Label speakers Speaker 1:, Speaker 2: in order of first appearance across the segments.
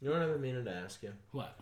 Speaker 1: You know what I've been meaning to ask you?
Speaker 2: What?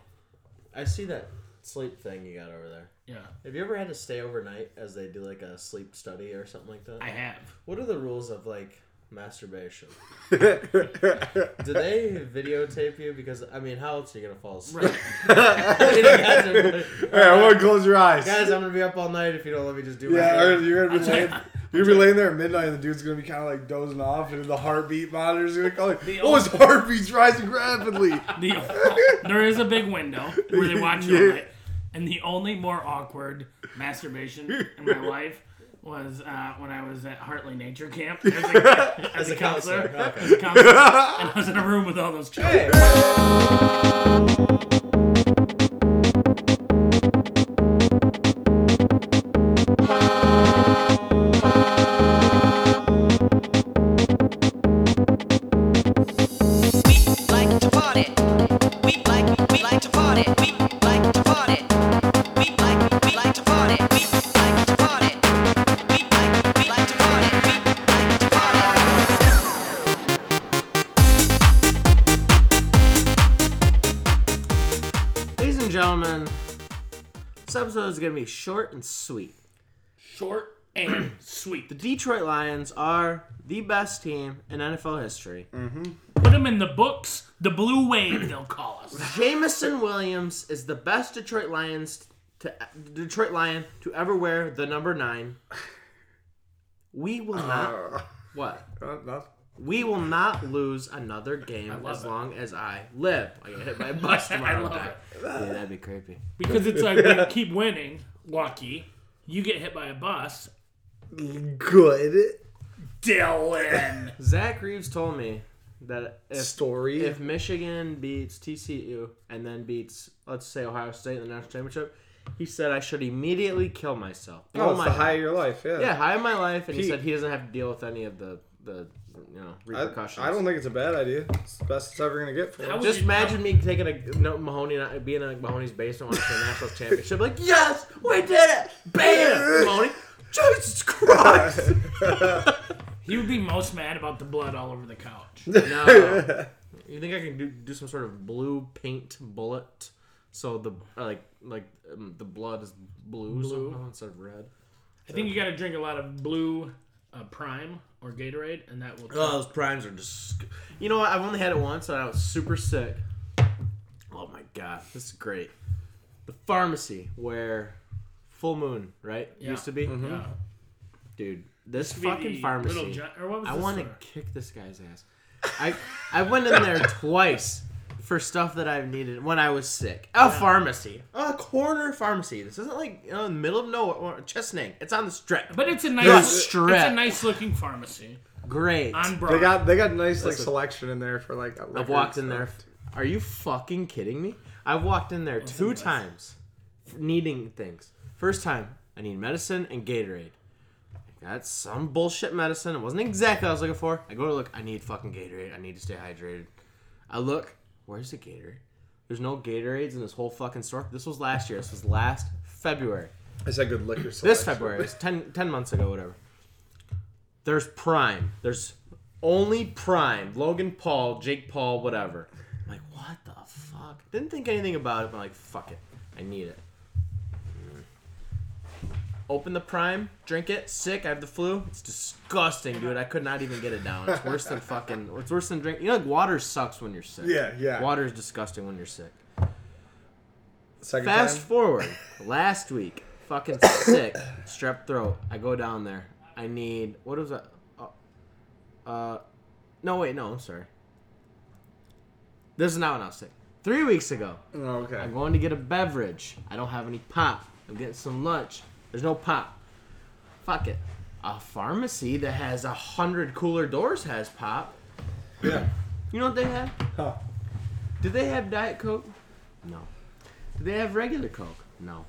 Speaker 1: I see that sleep thing you got over there.
Speaker 2: Yeah,
Speaker 1: Have you ever had to stay overnight as they do like a sleep study or something like that?
Speaker 2: I have.
Speaker 1: What are the rules of like masturbation?
Speaker 3: Right.
Speaker 1: Do they videotape you? Because I mean, how else are you gonna fall asleep?
Speaker 2: Right.
Speaker 3: All right, I want to close your eyes.
Speaker 1: Guys, I'm gonna be up all night if you don't let me just do my
Speaker 3: yeah, or
Speaker 1: thing.
Speaker 3: you're gonna be
Speaker 2: I'm
Speaker 3: laying,
Speaker 2: sorry.
Speaker 3: you're gonna be laying there at midnight, and the dude's gonna be kind of like dozing off, and the heartbeat monitor's gonna call like,
Speaker 2: The
Speaker 3: "Oh, his heartbeat's rising rapidly."
Speaker 2: The, there is a big window where they watch you
Speaker 3: Yeah.
Speaker 2: all night. And the only more awkward masturbation in my life was uh, when I was at Hartley Nature Camp as a, as a counselor.
Speaker 1: Okay.
Speaker 2: As a counselor. And I was in a room with all those children.
Speaker 1: Hey,
Speaker 4: We like to party. We like we like to party. We like to party. We like we like to party. We like to party. We like we like to party. We like to party.
Speaker 1: ladies and gentlemen, this episode is gonna be short and sweet.
Speaker 2: Short and sweet.
Speaker 1: The Detroit Lions are the best team in NFL history.
Speaker 2: Put them in the books. The blue wave, they'll call us.
Speaker 1: Jamison Williams is the best Detroit Lions to Detroit Lion to ever wear the number nine. We will not
Speaker 3: Uh,
Speaker 1: what?
Speaker 3: that's-
Speaker 1: We will not lose another game
Speaker 2: love
Speaker 1: as
Speaker 2: it.
Speaker 1: long as I live. I get hit by a bus tomorrow.
Speaker 2: love
Speaker 1: night. Yeah, that'd be creepy.
Speaker 2: Because it's like, we keep winning, lucky. You get hit by a bus.
Speaker 3: Good
Speaker 2: Dylan.
Speaker 1: Zach Reeves told me that if
Speaker 3: story.
Speaker 1: if Michigan beats TCU and then beats, let's say, Ohio State in the national championship, he said I should immediately kill myself.
Speaker 3: oh, it's
Speaker 1: my
Speaker 3: the high of your life. Yeah.
Speaker 1: Yeah, high in my life, and he,
Speaker 3: He-
Speaker 1: said he doesn't have to deal with any of the the you know
Speaker 3: I,
Speaker 1: repercussions.
Speaker 3: I don't think it's a bad idea. It's the best it's ever gonna get for
Speaker 2: How
Speaker 3: us.
Speaker 2: would
Speaker 1: Just
Speaker 2: you-
Speaker 1: imagine me taking a no, Mahoney and I, being in like Mahoney's basement watching the national championship. Like, yes, we did it! Bam, Mahoney. Jesus Christ!
Speaker 2: He would be most mad about the blood all over the couch.
Speaker 1: no, you think I can do, do some sort of blue paint bullet? So the or like like um, the blood is blue, somehow instead of red.
Speaker 2: I think you got to drink a lot of blue uh, Prime or Gatorade, and that will.
Speaker 1: Oh, those primes are just. You know what? I've only had it once, and I was super sick. Oh my god, this is great. The pharmacy where Full Moon, right,
Speaker 2: Yeah.
Speaker 1: used to be,
Speaker 2: Yeah.
Speaker 1: dude. This
Speaker 2: Be
Speaker 1: fucking
Speaker 2: the
Speaker 1: pharmacy.
Speaker 2: Little John- or what was
Speaker 1: I
Speaker 2: this
Speaker 1: want to
Speaker 2: for?
Speaker 1: kick this guy's ass. I I went in there twice for stuff that I've needed when I was sick. A pharmacy, a corner pharmacy. This isn't like you know, in the middle of nowhere, or Chestnut. It's on the strip.
Speaker 2: But it's a nice,
Speaker 1: Yeah.
Speaker 2: it's
Speaker 1: Strip.
Speaker 2: a nice looking pharmacy
Speaker 1: Great.
Speaker 2: on Broad.
Speaker 3: They got they got nice like
Speaker 1: Listen.
Speaker 3: selection in there for like.
Speaker 1: I've walked in there. Are you fucking kidding me? I've walked in there two
Speaker 2: list?
Speaker 1: times f- needing things. First time, I need medicine and Gatorade. I got some bullshit medicine. It wasn't exactly what I was looking for. I go to look, I need fucking Gatorade. I need to stay hydrated. I look, where's the Gatorade? There's no Gatorades in this whole fucking store. This was last year. This was last February.
Speaker 3: I said good liquor selection.
Speaker 1: This February. It's 10, 10 months ago, whatever. There's Prime. There's only Prime. Logan Paul, Jake Paul, whatever. I'm like, what the fuck? Didn't think anything about it, but I'm like, fuck it. I need it. Mm. Open the Prime, drink it, sick, I have the flu. It's disgusting, dude. I could not even get it down. It's worse than fucking, it's worse than drink. You know, like, water sucks when you're sick.
Speaker 3: Yeah, yeah.
Speaker 1: Water is disgusting when you're sick.
Speaker 3: Second
Speaker 1: Fast
Speaker 3: time.
Speaker 1: forward, last week, fucking sick, strep throat. I go down there. I need what was that? Uh, uh, no wait, no, I'm sorry. This is not when I was sick. Three weeks ago,
Speaker 3: Oh, okay.
Speaker 1: I'm going to get a beverage. I don't have any pop. I'm getting some lunch. There's no pop. Fuck it. A pharmacy that has a hundred cooler doors has pop.
Speaker 3: Yeah.
Speaker 1: You know what they have?
Speaker 3: Huh.
Speaker 1: Do they have Diet Coke? No. Do they have regular Coke? No.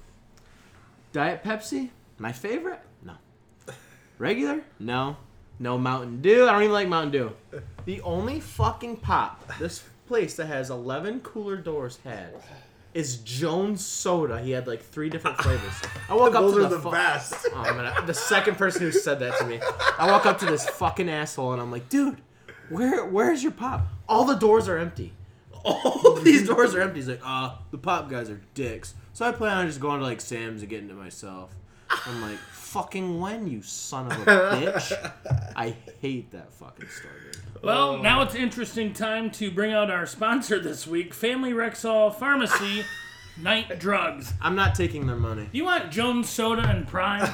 Speaker 1: Diet Pepsi? My favorite? No. Regular? No. No Mountain Dew. I don't even like Mountain Dew. The only fucking pop this place that has 11 cooler doors had is Jones Soda. He had like three different flavors. I walk up
Speaker 3: Those
Speaker 1: to
Speaker 3: are
Speaker 1: the,
Speaker 3: the
Speaker 1: fu-
Speaker 3: best.
Speaker 1: Oh, I'm gonna, the second person who said that to me, I walk up to this fucking asshole and I'm like, dude, where where's your pop? All the doors are empty. all these doors are empty. He's like, ah, the pop guys are dicks. So I plan on just going to like Sam's and getting it myself. I'm like, fucking when, you son of a bitch. I hate that fucking store, dude.
Speaker 2: Well,
Speaker 3: uh,
Speaker 2: now it's interesting time to bring out our sponsor this week, Family Rexall Pharmacy, Night Drugs.
Speaker 1: I'm not taking their money.
Speaker 2: You want Jones Soda and Prime?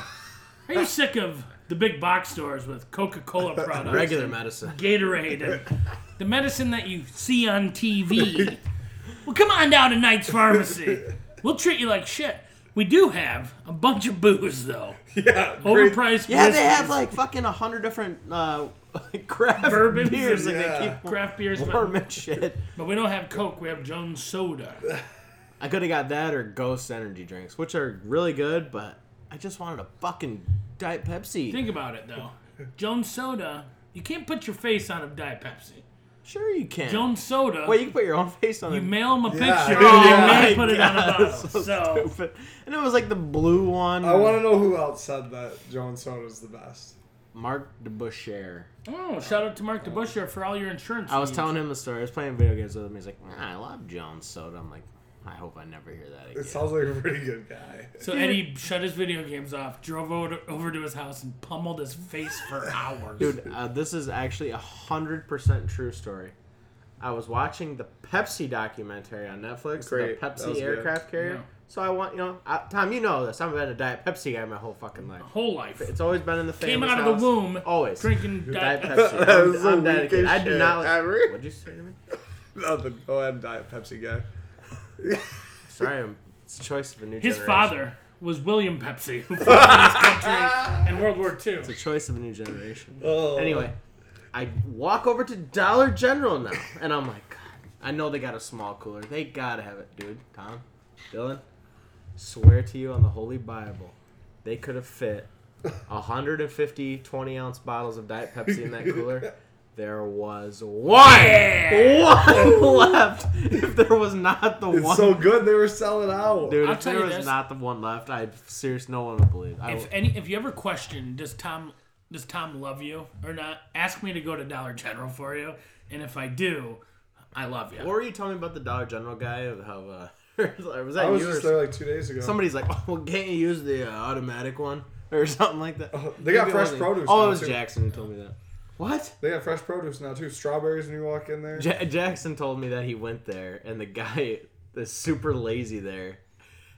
Speaker 2: Are you sick of the big box stores with Coca-Cola products?
Speaker 1: Regular medicine.
Speaker 2: Gatorade, and the medicine that you see on TV. well, come on down to Knight's Pharmacy. We'll treat you like shit. We do have a bunch of booze though.
Speaker 3: Yeah, great-
Speaker 2: Overpriced.
Speaker 1: Yeah, they
Speaker 2: whiskeys,
Speaker 1: have like fucking a hundred different uh, craft
Speaker 2: Bourbons
Speaker 1: beers,
Speaker 2: and-
Speaker 1: and they
Speaker 3: Yeah.
Speaker 1: keep
Speaker 2: craft beers,
Speaker 1: warm
Speaker 2: but,
Speaker 1: and shit.
Speaker 2: but we don't have Coke. We have Jones Soda.
Speaker 1: I could have got that or Ghost energy drinks, which are really good, but I just wanted a fucking Diet Pepsi.
Speaker 2: Think about it though. Jones Soda. You can't put your face on a Diet Pepsi.
Speaker 1: sure you can.
Speaker 2: Jones Soda.
Speaker 1: Wait, you can put your own face on
Speaker 2: you
Speaker 1: it.
Speaker 2: mail them a picture
Speaker 3: Yeah.
Speaker 2: and
Speaker 3: Oh
Speaker 1: my
Speaker 2: they put it on a
Speaker 1: God,
Speaker 2: bottle.
Speaker 1: that's
Speaker 2: So,
Speaker 1: stupid. And it was like the blue one.
Speaker 3: I want to know who else said that Jones Soda's the best.
Speaker 1: Mark DeBusschere.
Speaker 2: oh, shout out to Mark DeBuscher for all your insurance.
Speaker 1: I was
Speaker 2: needs.
Speaker 1: telling him the story. I was playing video games with him. He's like, "Nah, I love Jones Soda. I'm like, I hope I never hear that
Speaker 3: It
Speaker 1: again.
Speaker 3: sounds like a pretty good guy.
Speaker 2: So Eddie shut his video games off, drove over over to his house, and pummeled his face for hours.
Speaker 1: Dude, uh, this is actually a hundred percent true story. I was watching the Pepsi documentary on Netflix,
Speaker 3: Great.
Speaker 1: the
Speaker 3: That was
Speaker 1: Pepsi
Speaker 3: good.
Speaker 1: aircraft carrier.
Speaker 2: Yeah.
Speaker 1: So I want, you know, I, Tom, you know this. I've been a Diet Pepsi guy my whole fucking life.
Speaker 2: Whole life
Speaker 1: It's always been in the family.
Speaker 2: Oh. came out of the womb,
Speaker 1: Always.
Speaker 2: drinking
Speaker 1: Diet
Speaker 2: Diet
Speaker 1: Pepsi.
Speaker 3: That
Speaker 1: I'm-
Speaker 3: was
Speaker 1: I'm,
Speaker 3: the
Speaker 1: dedicated.
Speaker 3: weakest
Speaker 1: I do
Speaker 3: shit
Speaker 1: not.
Speaker 3: ever.
Speaker 1: What'd you say to me?
Speaker 3: Nothing. Go ahead, and Diet Pepsi guy.
Speaker 1: Sorry, I'm, it's a choice of a new
Speaker 2: His
Speaker 1: generation.
Speaker 2: father was William Pepsi, who fought in this country in World War II.
Speaker 1: The choice of a new generation.
Speaker 3: Oh.
Speaker 1: Anyway, I walk over to Dollar General now, and I'm like, God, I know they got a small cooler. They gotta have it, dude. Tom, Dylan, swear to you on the Holy Bible, they could have fit 150 20 ounce bottles of Diet Pepsi in that cooler. There was one, one left. If there was not the
Speaker 3: It's
Speaker 1: one,
Speaker 3: so good they were selling out.
Speaker 1: dude,
Speaker 2: I'll
Speaker 1: if
Speaker 2: tell
Speaker 1: there
Speaker 2: you
Speaker 1: was
Speaker 2: this.
Speaker 1: not the one left, I seriously no one would believe. I,
Speaker 2: If any, if you ever question, does Tom does Tom love you or not? Ask me to go to Dollar General for you, and if I do, I love you.
Speaker 1: What were you telling me about the Dollar General guy? Of how uh, was that
Speaker 3: I was
Speaker 1: you?
Speaker 3: just
Speaker 1: or
Speaker 3: there like two days ago.
Speaker 1: somebody's like, oh, "Well, can't you use the uh, automatic one or something like that?"
Speaker 3: they
Speaker 1: Maybe
Speaker 3: got
Speaker 1: it
Speaker 3: fresh
Speaker 1: wasn't-
Speaker 3: produce
Speaker 1: Oh,
Speaker 3: now,
Speaker 1: it was
Speaker 3: too.
Speaker 1: Jackson who told me that. What?
Speaker 3: They got fresh produce now too. Strawberries when you walk in there.
Speaker 1: Ja- Jackson told me that he went there, and the guy is super lazy there.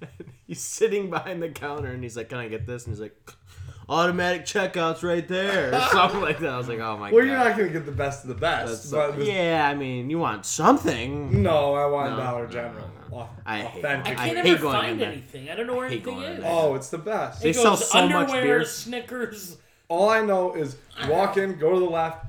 Speaker 1: he's sitting behind the counter, and he's like, "Can I get this?" And he's like, "Automatic checkouts right there," or something like that. I was like, "Oh my
Speaker 3: well,
Speaker 1: god."
Speaker 3: you're not gonna get the best of the
Speaker 1: That's
Speaker 3: best,
Speaker 1: so-
Speaker 3: but this-
Speaker 1: yeah, I mean, you want something.
Speaker 3: no, I want
Speaker 1: No,
Speaker 3: Dollar
Speaker 1: no,
Speaker 3: General.
Speaker 1: no, no.
Speaker 3: Au-
Speaker 1: I hate-
Speaker 2: I
Speaker 3: authentic.
Speaker 1: I
Speaker 2: can't
Speaker 1: hate
Speaker 2: ever
Speaker 1: going in
Speaker 2: find
Speaker 1: there.
Speaker 2: anything. I don't know where
Speaker 1: I hate
Speaker 2: anything
Speaker 1: going in
Speaker 2: is.
Speaker 1: there.
Speaker 3: Oh, it's the best.
Speaker 1: They
Speaker 2: It
Speaker 1: sell
Speaker 2: goes
Speaker 1: so much
Speaker 2: underwear,
Speaker 1: beer.
Speaker 2: Snickers.
Speaker 3: All I know is walk in, go to the left.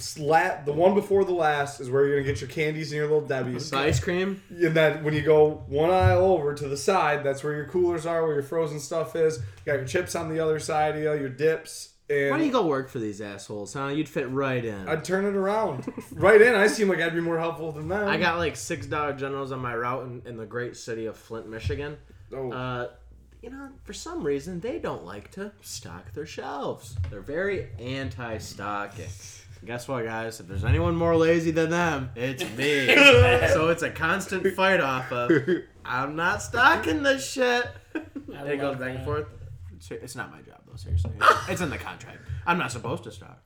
Speaker 3: Slat, the one before the last is where you're gonna get your candies and your little debbies.
Speaker 1: The ice cream.
Speaker 3: And then when you go one aisle over to the side, that's where your coolers are, where your frozen stuff is. You got your chips on the other side of you, your dips. And
Speaker 1: Why don't you go work for these assholes, huh? You'd fit right in.
Speaker 3: I'd turn it around. right in, I seem like I'd be more helpful than them.
Speaker 1: I got like six dollar generals on my route in, in the great city of Flint, Michigan.
Speaker 3: Oh,
Speaker 1: Uh, you know, for some reason they don't like to stock their shelves. They're very anti-stocking. Guess what, guys? If there's anyone more lazy than them, it's me. so it's a constant fight off of. I'm not stocking this shit. it goes
Speaker 2: love
Speaker 1: back and
Speaker 2: that.
Speaker 1: forth. Ser- It's not my job though. Seriously, it's in the contract. I'm not supposed to stock.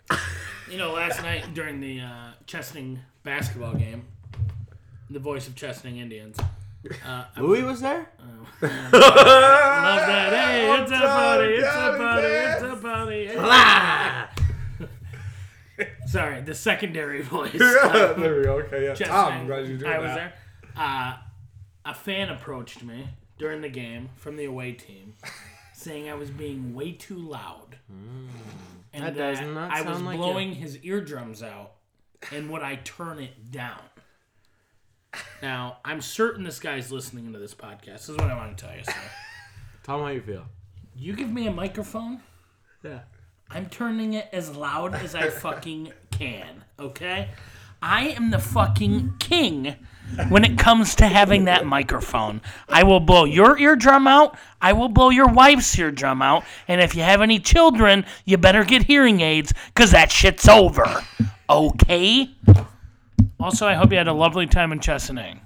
Speaker 2: You know, last night during the uh, Chesning basketball game, the voice of Chesning Indians. Uh, I uh,
Speaker 1: Louis was there.
Speaker 2: love that. Hey, it's a party! It's a party! It's a party! hey.
Speaker 1: Ah!
Speaker 2: Sorry, the secondary voice.
Speaker 3: Yeah, there we go. Okay, yeah.
Speaker 2: Chesning.
Speaker 3: Tom, Oh, I'm glad you're doing
Speaker 2: I was
Speaker 3: that.
Speaker 2: there. Uh, a fan approached me during the game from the away team, saying I was being way too loud,
Speaker 3: Hmm.
Speaker 2: and
Speaker 1: That
Speaker 2: that,
Speaker 1: does not
Speaker 2: I was
Speaker 1: sound like you.
Speaker 2: blowing his eardrums out, and would I turn it down? Now I'm certain this guy's listening to this podcast. This is what I want to tell you. sir.
Speaker 1: Tell me how you feel.
Speaker 2: you give me a microphone,
Speaker 1: Yeah.
Speaker 2: I'm turning it as loud as I fucking can, okay? I am the fucking king when it comes to having that microphone. I will blow your eardrum out, I will blow your wife's eardrum out, and if you have any children, you better get hearing aids, because that shit's over, okay? Also, I hope you had a lovely time in Chesaning.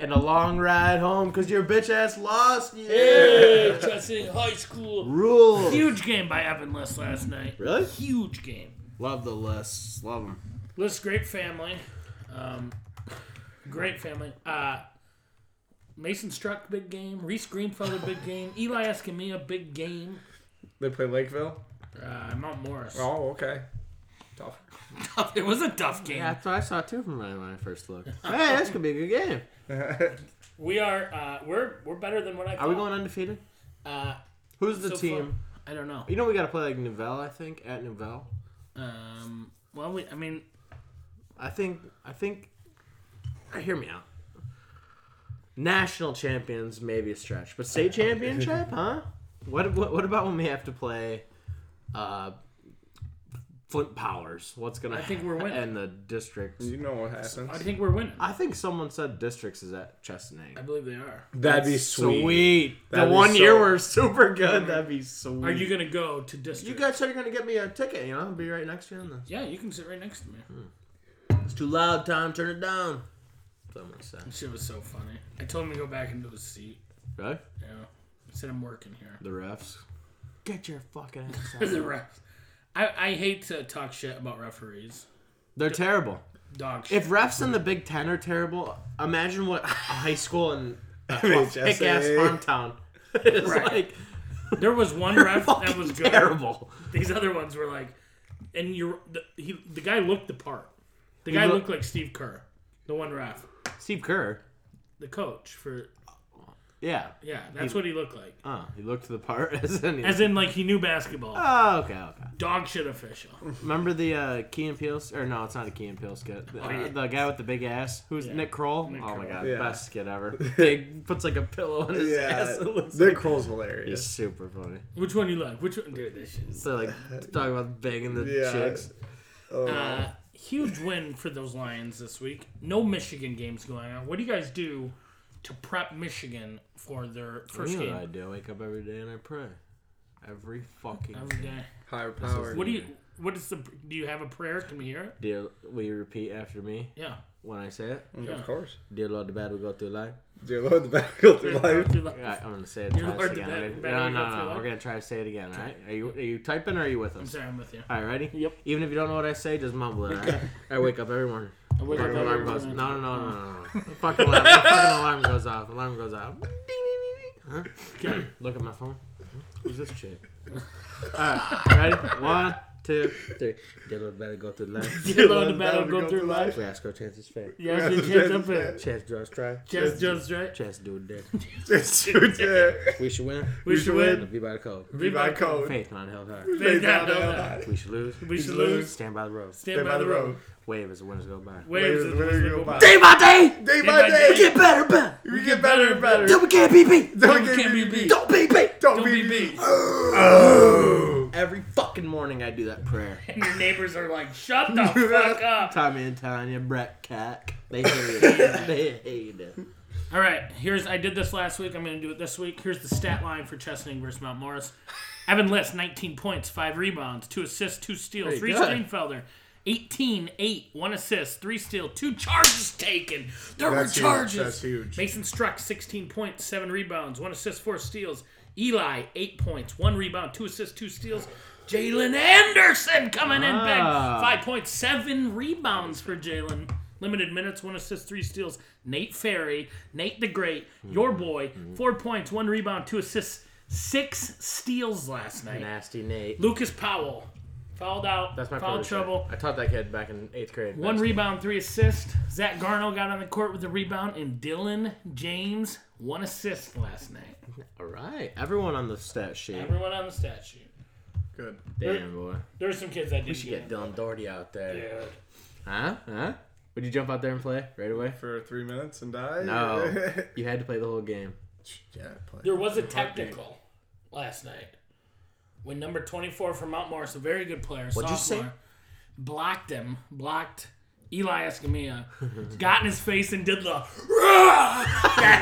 Speaker 1: And a long ride home because your bitch ass lost. Yeah.
Speaker 2: Chesaning High School.
Speaker 1: Rules.
Speaker 2: Huge game by Evan List last night.
Speaker 1: Really?
Speaker 2: Huge game.
Speaker 1: Love the lists. Love them.
Speaker 2: List, great family. Um, great family. Uh, Mason Struck, big game. Reese Greenfeller, big game. Eli Escamilla, big game.
Speaker 3: They play Lakeville.
Speaker 2: Uh, Mount Morris.
Speaker 3: Oh, okay. Tough.
Speaker 2: It was a tough game.
Speaker 1: Yeah, that's what I saw too from when I first looked. hey, this could be a good game.
Speaker 2: We are uh, we're we're better than what I.
Speaker 1: Are we
Speaker 2: thought.
Speaker 1: going undefeated?
Speaker 2: Uh,
Speaker 1: Who's the
Speaker 2: so
Speaker 1: team?
Speaker 2: far- I don't know.
Speaker 1: You know we gotta play like Nouvelle, I think, at Nouvelle.
Speaker 2: Um, well, we, I mean,
Speaker 1: I think I think uh, hear me out. National champions maybe a stretch, but state championship, huh? What, what what about when we have to play uh Flint Powers? What's gonna
Speaker 2: I think we're winning.
Speaker 1: and the districts.
Speaker 3: You know what happens.
Speaker 2: I think we're winning. I,
Speaker 1: I think someone said districts is at Chestnut.
Speaker 2: believe they are.
Speaker 3: That'd be That'd
Speaker 1: the
Speaker 3: be
Speaker 1: one year
Speaker 3: so-
Speaker 1: we're super good, that'd be sweet.
Speaker 2: Are you gonna go to district?
Speaker 1: You guys said you're gonna get me a ticket, you know? I'll be right next to you on this.
Speaker 2: yeah, you can sit right next to me.
Speaker 1: Hmm. It's too loud, Tom. Turn it down. Someone said.
Speaker 2: That shit was so funny. I told him to go back into his seat.
Speaker 1: Really?
Speaker 2: Yeah, I said I'm working here.
Speaker 1: The refs. Get your fucking ass out.
Speaker 2: The ref. I, I hate to talk shit about referees.
Speaker 1: They're terrible.
Speaker 2: Dog shit.
Speaker 1: If refs in the Big Ten are terrible, imagine what a high school in kick ass
Speaker 3: MHSA.
Speaker 1: farm town. It's
Speaker 2: Right.
Speaker 1: like
Speaker 2: there was one ref that
Speaker 1: fucking
Speaker 2: was good.
Speaker 1: terrible.
Speaker 2: These other ones were like, and you the, he the guy looked the part. The guy
Speaker 1: look-
Speaker 2: looked like Steve Kerr, the one ref,
Speaker 1: Steve Kerr.
Speaker 2: the coach for
Speaker 1: Yeah.
Speaker 2: yeah. That's what he looked like.
Speaker 1: Oh, he looked the part as in.
Speaker 2: As in, like he knew basketball.
Speaker 1: Oh, okay, okay.
Speaker 2: Dog shit official.
Speaker 1: Remember the uh, Key and Peele, or no, it's not a Key and Peele skit. The,
Speaker 2: Oh, yeah.
Speaker 1: the guy with the big ass, who's Nick Kroll. oh my
Speaker 2: Kroll.
Speaker 1: god,
Speaker 3: Yeah.
Speaker 1: best skit ever. Big puts like a pillow on his
Speaker 3: Yeah,
Speaker 1: ass. It looks
Speaker 3: Nick
Speaker 1: like-
Speaker 3: Kroll's
Speaker 1: It's
Speaker 3: hilarious.
Speaker 1: super funny.
Speaker 2: Which one you like? Which one? Dude, this shit.
Speaker 1: So like talking about banging the
Speaker 3: Yeah.
Speaker 1: chicks.
Speaker 2: Uh, huge win for those Lions this week. No Michigan games going on. What do you guys do to prep Michigan for their first
Speaker 1: You know
Speaker 2: game
Speaker 1: what I do? I wake up every day and I pray. Every fucking
Speaker 2: every day?
Speaker 3: Higher power.
Speaker 2: What do you? What is the? Do you have a prayer? Can we hear it?
Speaker 1: Dear, will you repeat after me
Speaker 2: Yeah.
Speaker 1: when I say it?
Speaker 2: Yeah.
Speaker 3: Of course.
Speaker 1: Dear Lord, the bad we go through life.
Speaker 3: Dear Lord, the battle through life.
Speaker 1: Alright, I'm gonna say it
Speaker 2: Dear
Speaker 1: twice
Speaker 2: Lord, the
Speaker 1: again.
Speaker 2: bad-
Speaker 1: Ready?
Speaker 2: bad
Speaker 1: no,
Speaker 2: we go
Speaker 1: no,
Speaker 2: through
Speaker 1: no.
Speaker 2: life.
Speaker 1: We're gonna try to say it again. All right? Are you are you typing or are you with us?
Speaker 2: I'm sorry, I'm with you.
Speaker 1: All right, ready?
Speaker 2: Yep.
Speaker 1: Even if you don't know what I say, just mumble it. all right? I wake up every morning.
Speaker 2: I wake up
Speaker 1: Fucking alarm
Speaker 2: every
Speaker 1: goes. No,
Speaker 2: morning.
Speaker 1: no, no, no, no, no. The fucking alarm. The fucking alarm goes off. Alarm goes off. Ding, ding, ding, ding. Huh? Look at my phone. Who's this chick? All right, ready? One, two, three. Dear Lord, better go through life.
Speaker 2: Dear Lord, the battle go through life.
Speaker 1: We ask our chances fair.
Speaker 2: Yes, your chance up it.
Speaker 1: Chance draws try.
Speaker 2: Chance just right.
Speaker 1: Chance do it dead.
Speaker 3: It's true, dear.
Speaker 1: We should win.
Speaker 2: We should win.
Speaker 1: Be by the code.
Speaker 3: Be my code.
Speaker 1: Faith not held high.
Speaker 2: Faith not held high.
Speaker 1: We should lose.
Speaker 2: We should lose.
Speaker 1: Stand by the road.
Speaker 2: Stand by the road.
Speaker 1: Wave as the winners go by.
Speaker 2: Waves
Speaker 3: Waves
Speaker 2: of the
Speaker 3: as the
Speaker 2: wind
Speaker 3: wind
Speaker 2: go
Speaker 3: go
Speaker 2: by.
Speaker 3: by.
Speaker 1: Day by day,
Speaker 3: Day by
Speaker 2: day.
Speaker 3: day.
Speaker 1: we get better and better.
Speaker 3: We get better and better.
Speaker 1: Till we can't be beat.
Speaker 3: Don't
Speaker 2: We can't be beat.
Speaker 1: Don't be beat.
Speaker 3: Don't
Speaker 2: Don't be
Speaker 3: be beat.
Speaker 2: beat.
Speaker 3: Oh.
Speaker 1: Every fucking morning I do that prayer.
Speaker 2: And your neighbors are like, shut the fuck up.
Speaker 1: Tommy and Tanya, Brett, Cack. They hate it. they hate it.
Speaker 2: All right, here's I did this last week. I'm going to do it this week. Here's the stat line for Chesney versus Mount Morris. Evan List, 19 points, five rebounds, two assists, two steals.
Speaker 1: Pretty
Speaker 2: Reese
Speaker 1: good.
Speaker 2: Greenfelder, 18, eight, one assist, three steal, two charges taken. There
Speaker 3: That's
Speaker 2: were
Speaker 3: huge.
Speaker 2: charges.
Speaker 3: That's huge.
Speaker 2: Mason Struck, 16 points, seven rebounds, one assist, four steals. Eli, eight points, one rebound, two assists, two steals. Jalen Anderson coming in big,
Speaker 1: Wow.
Speaker 2: five points, seven rebounds for Jalen. Limited minutes, one assist, three steals. Nate Ferry, Nate the Great, your boy, four points, one rebound, two assists, six steals last night.
Speaker 1: Nasty Nate.
Speaker 2: Lucas Powell fouled out,
Speaker 1: That's my
Speaker 2: foul
Speaker 1: protege.
Speaker 2: trouble.
Speaker 1: I taught that kid back in eighth grade.
Speaker 2: One
Speaker 1: That's-
Speaker 2: rebound, three assists. Zach Garnell got on the court with a rebound, and Dylan James one assist last night.
Speaker 1: All right. Everyone on the stat sheet.
Speaker 2: Everyone on the stat sheet.
Speaker 3: Good.
Speaker 1: Damn boy.
Speaker 2: There were some kids that didn't
Speaker 1: We should get Dylan Doherty out there.
Speaker 2: Yeah.
Speaker 1: Huh? Huh? Would you jump out there and play right away?
Speaker 3: For three minutes and die?
Speaker 1: No. you had to play the whole game.
Speaker 3: yeah, play.
Speaker 2: There was a technical last night when number twenty-four from Mount Morris, a very good player,
Speaker 1: you say?
Speaker 2: sophomore, blocked him, blocked Eli Escamilla, got in his face, and did the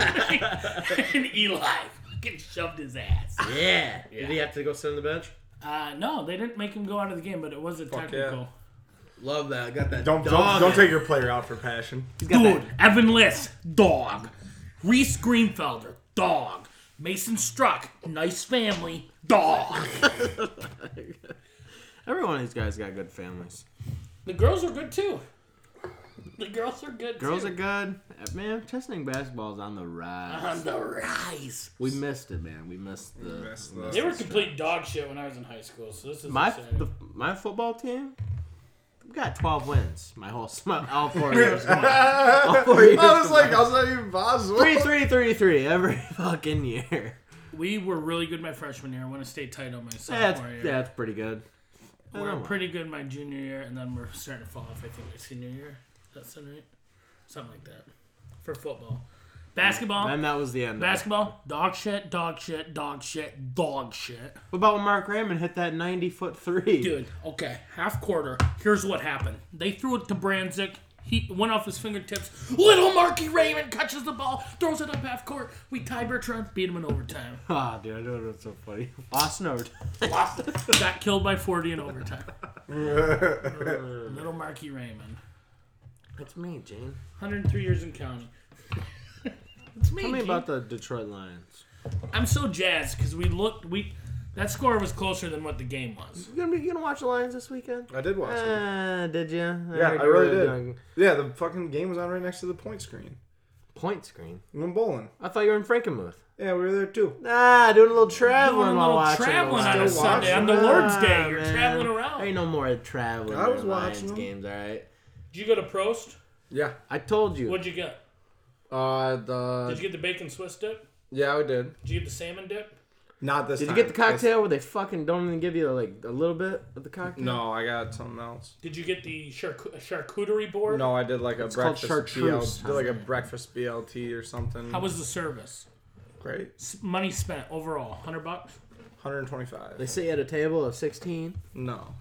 Speaker 2: and Eli fucking shoved his ass.
Speaker 1: Yeah. Did he have to go sit on the bench?
Speaker 2: Uh, no, they didn't make him go out of the game, but it was a technical.
Speaker 1: Love that. Got that.
Speaker 3: Don't don't,
Speaker 1: dog
Speaker 3: don't
Speaker 1: in
Speaker 3: take
Speaker 1: it.
Speaker 3: your player out for passion.
Speaker 1: He's got
Speaker 2: Dude,
Speaker 1: that-
Speaker 2: Evan Liss, dog. Reese Greenfelder, dog. Mason Struck, nice family, dog.
Speaker 1: Every one of these guys got good families.
Speaker 2: The girls are good too. The girls are good
Speaker 1: Girls
Speaker 2: too.
Speaker 1: are good. Man, Chesney basketball's on the rise.
Speaker 2: on the rise.
Speaker 1: We missed it, man. We missed the.
Speaker 3: missed the-
Speaker 2: They were complete dog shit when I was in high school, so this is
Speaker 1: my
Speaker 2: insane.
Speaker 1: the, my football team. We got 12 wins. My whole my, all four years. combined.
Speaker 3: I
Speaker 1: four years
Speaker 3: was like,
Speaker 1: combined.
Speaker 3: I was not even possible.
Speaker 1: three, three, three, three every fucking year.
Speaker 2: we were really good my freshman year. I won a state title my
Speaker 1: That's Oh.
Speaker 2: sophomore year.
Speaker 1: that's pretty good.
Speaker 2: we
Speaker 1: I
Speaker 2: were
Speaker 1: don't know.
Speaker 2: pretty good my junior year, and then we're starting to fall off. I think my senior year. That's sound right? Something like that for football, basketball.
Speaker 1: And that was the end. Of it.
Speaker 2: Basketball, dog shit, dog shit, dog shit, dog shit.
Speaker 1: What about when Mark Raymond hit that 90 foot three?
Speaker 2: Dude, okay, half quarter. Here's what happened. They threw it to Branzik. He went off his fingertips. Little Marky Raymond catches the ball, throws it up half court. We tie Bertrand, beat him in overtime.
Speaker 1: Ah, dude, I know that's so funny. Lost in overtime.
Speaker 2: Lost it. Got killed by 40 in overtime. Little Marky Raymond.
Speaker 1: That's me, Jane.
Speaker 2: 103 years in county. it's me.
Speaker 1: Tell me
Speaker 2: G.
Speaker 1: about the Detroit Lions.
Speaker 2: I'm so jazzed because we looked. We that score was closer than what the game was.
Speaker 1: You gonna be you gonna watch the Lions this weekend?
Speaker 3: I did watch it.
Speaker 1: Uh, did you?
Speaker 3: Yeah, I really did. Yeah, the fucking game was on right next to the point screen.
Speaker 1: Point screen.
Speaker 3: We went bowling.
Speaker 1: I thought you were in Frankenmuth.
Speaker 3: Yeah, we were there too.
Speaker 1: Ah, doing a little
Speaker 2: Doing
Speaker 1: traveling
Speaker 2: a
Speaker 1: while
Speaker 2: little
Speaker 1: watching.
Speaker 2: traveling
Speaker 1: it.
Speaker 2: on a
Speaker 3: Still
Speaker 2: Sunday on the
Speaker 3: watching.
Speaker 2: Lord's
Speaker 1: Ah,
Speaker 2: Day. You're
Speaker 1: man.
Speaker 2: traveling around.
Speaker 1: Ain't no more traveling.
Speaker 3: I was
Speaker 1: during
Speaker 3: watching
Speaker 1: Lions
Speaker 3: them.
Speaker 1: games. All right.
Speaker 2: Did you go to Prost?
Speaker 3: Yeah.
Speaker 1: I told you.
Speaker 2: What'd you get?
Speaker 3: Uh,
Speaker 2: Did
Speaker 3: the
Speaker 2: you get the bacon Swiss dip?
Speaker 3: yeah, we did.
Speaker 2: Did you get the salmon dip?
Speaker 3: Not this.
Speaker 1: Did you
Speaker 3: time.
Speaker 1: get the cocktail where they fucking don't even give you like a little bit of the cocktail?
Speaker 3: No, I got something else.
Speaker 2: Did you get the charcu- charcuterie board?
Speaker 3: No, I did like a
Speaker 1: called
Speaker 3: breakfast
Speaker 1: chartreuse,
Speaker 3: BLT, did like a
Speaker 1: huh?
Speaker 3: breakfast BLT or something.
Speaker 2: How was the service?
Speaker 3: great?
Speaker 2: S- Money spent overall, hundred bucks.
Speaker 3: 125.
Speaker 1: They sit you at a table of sixteen.
Speaker 3: No,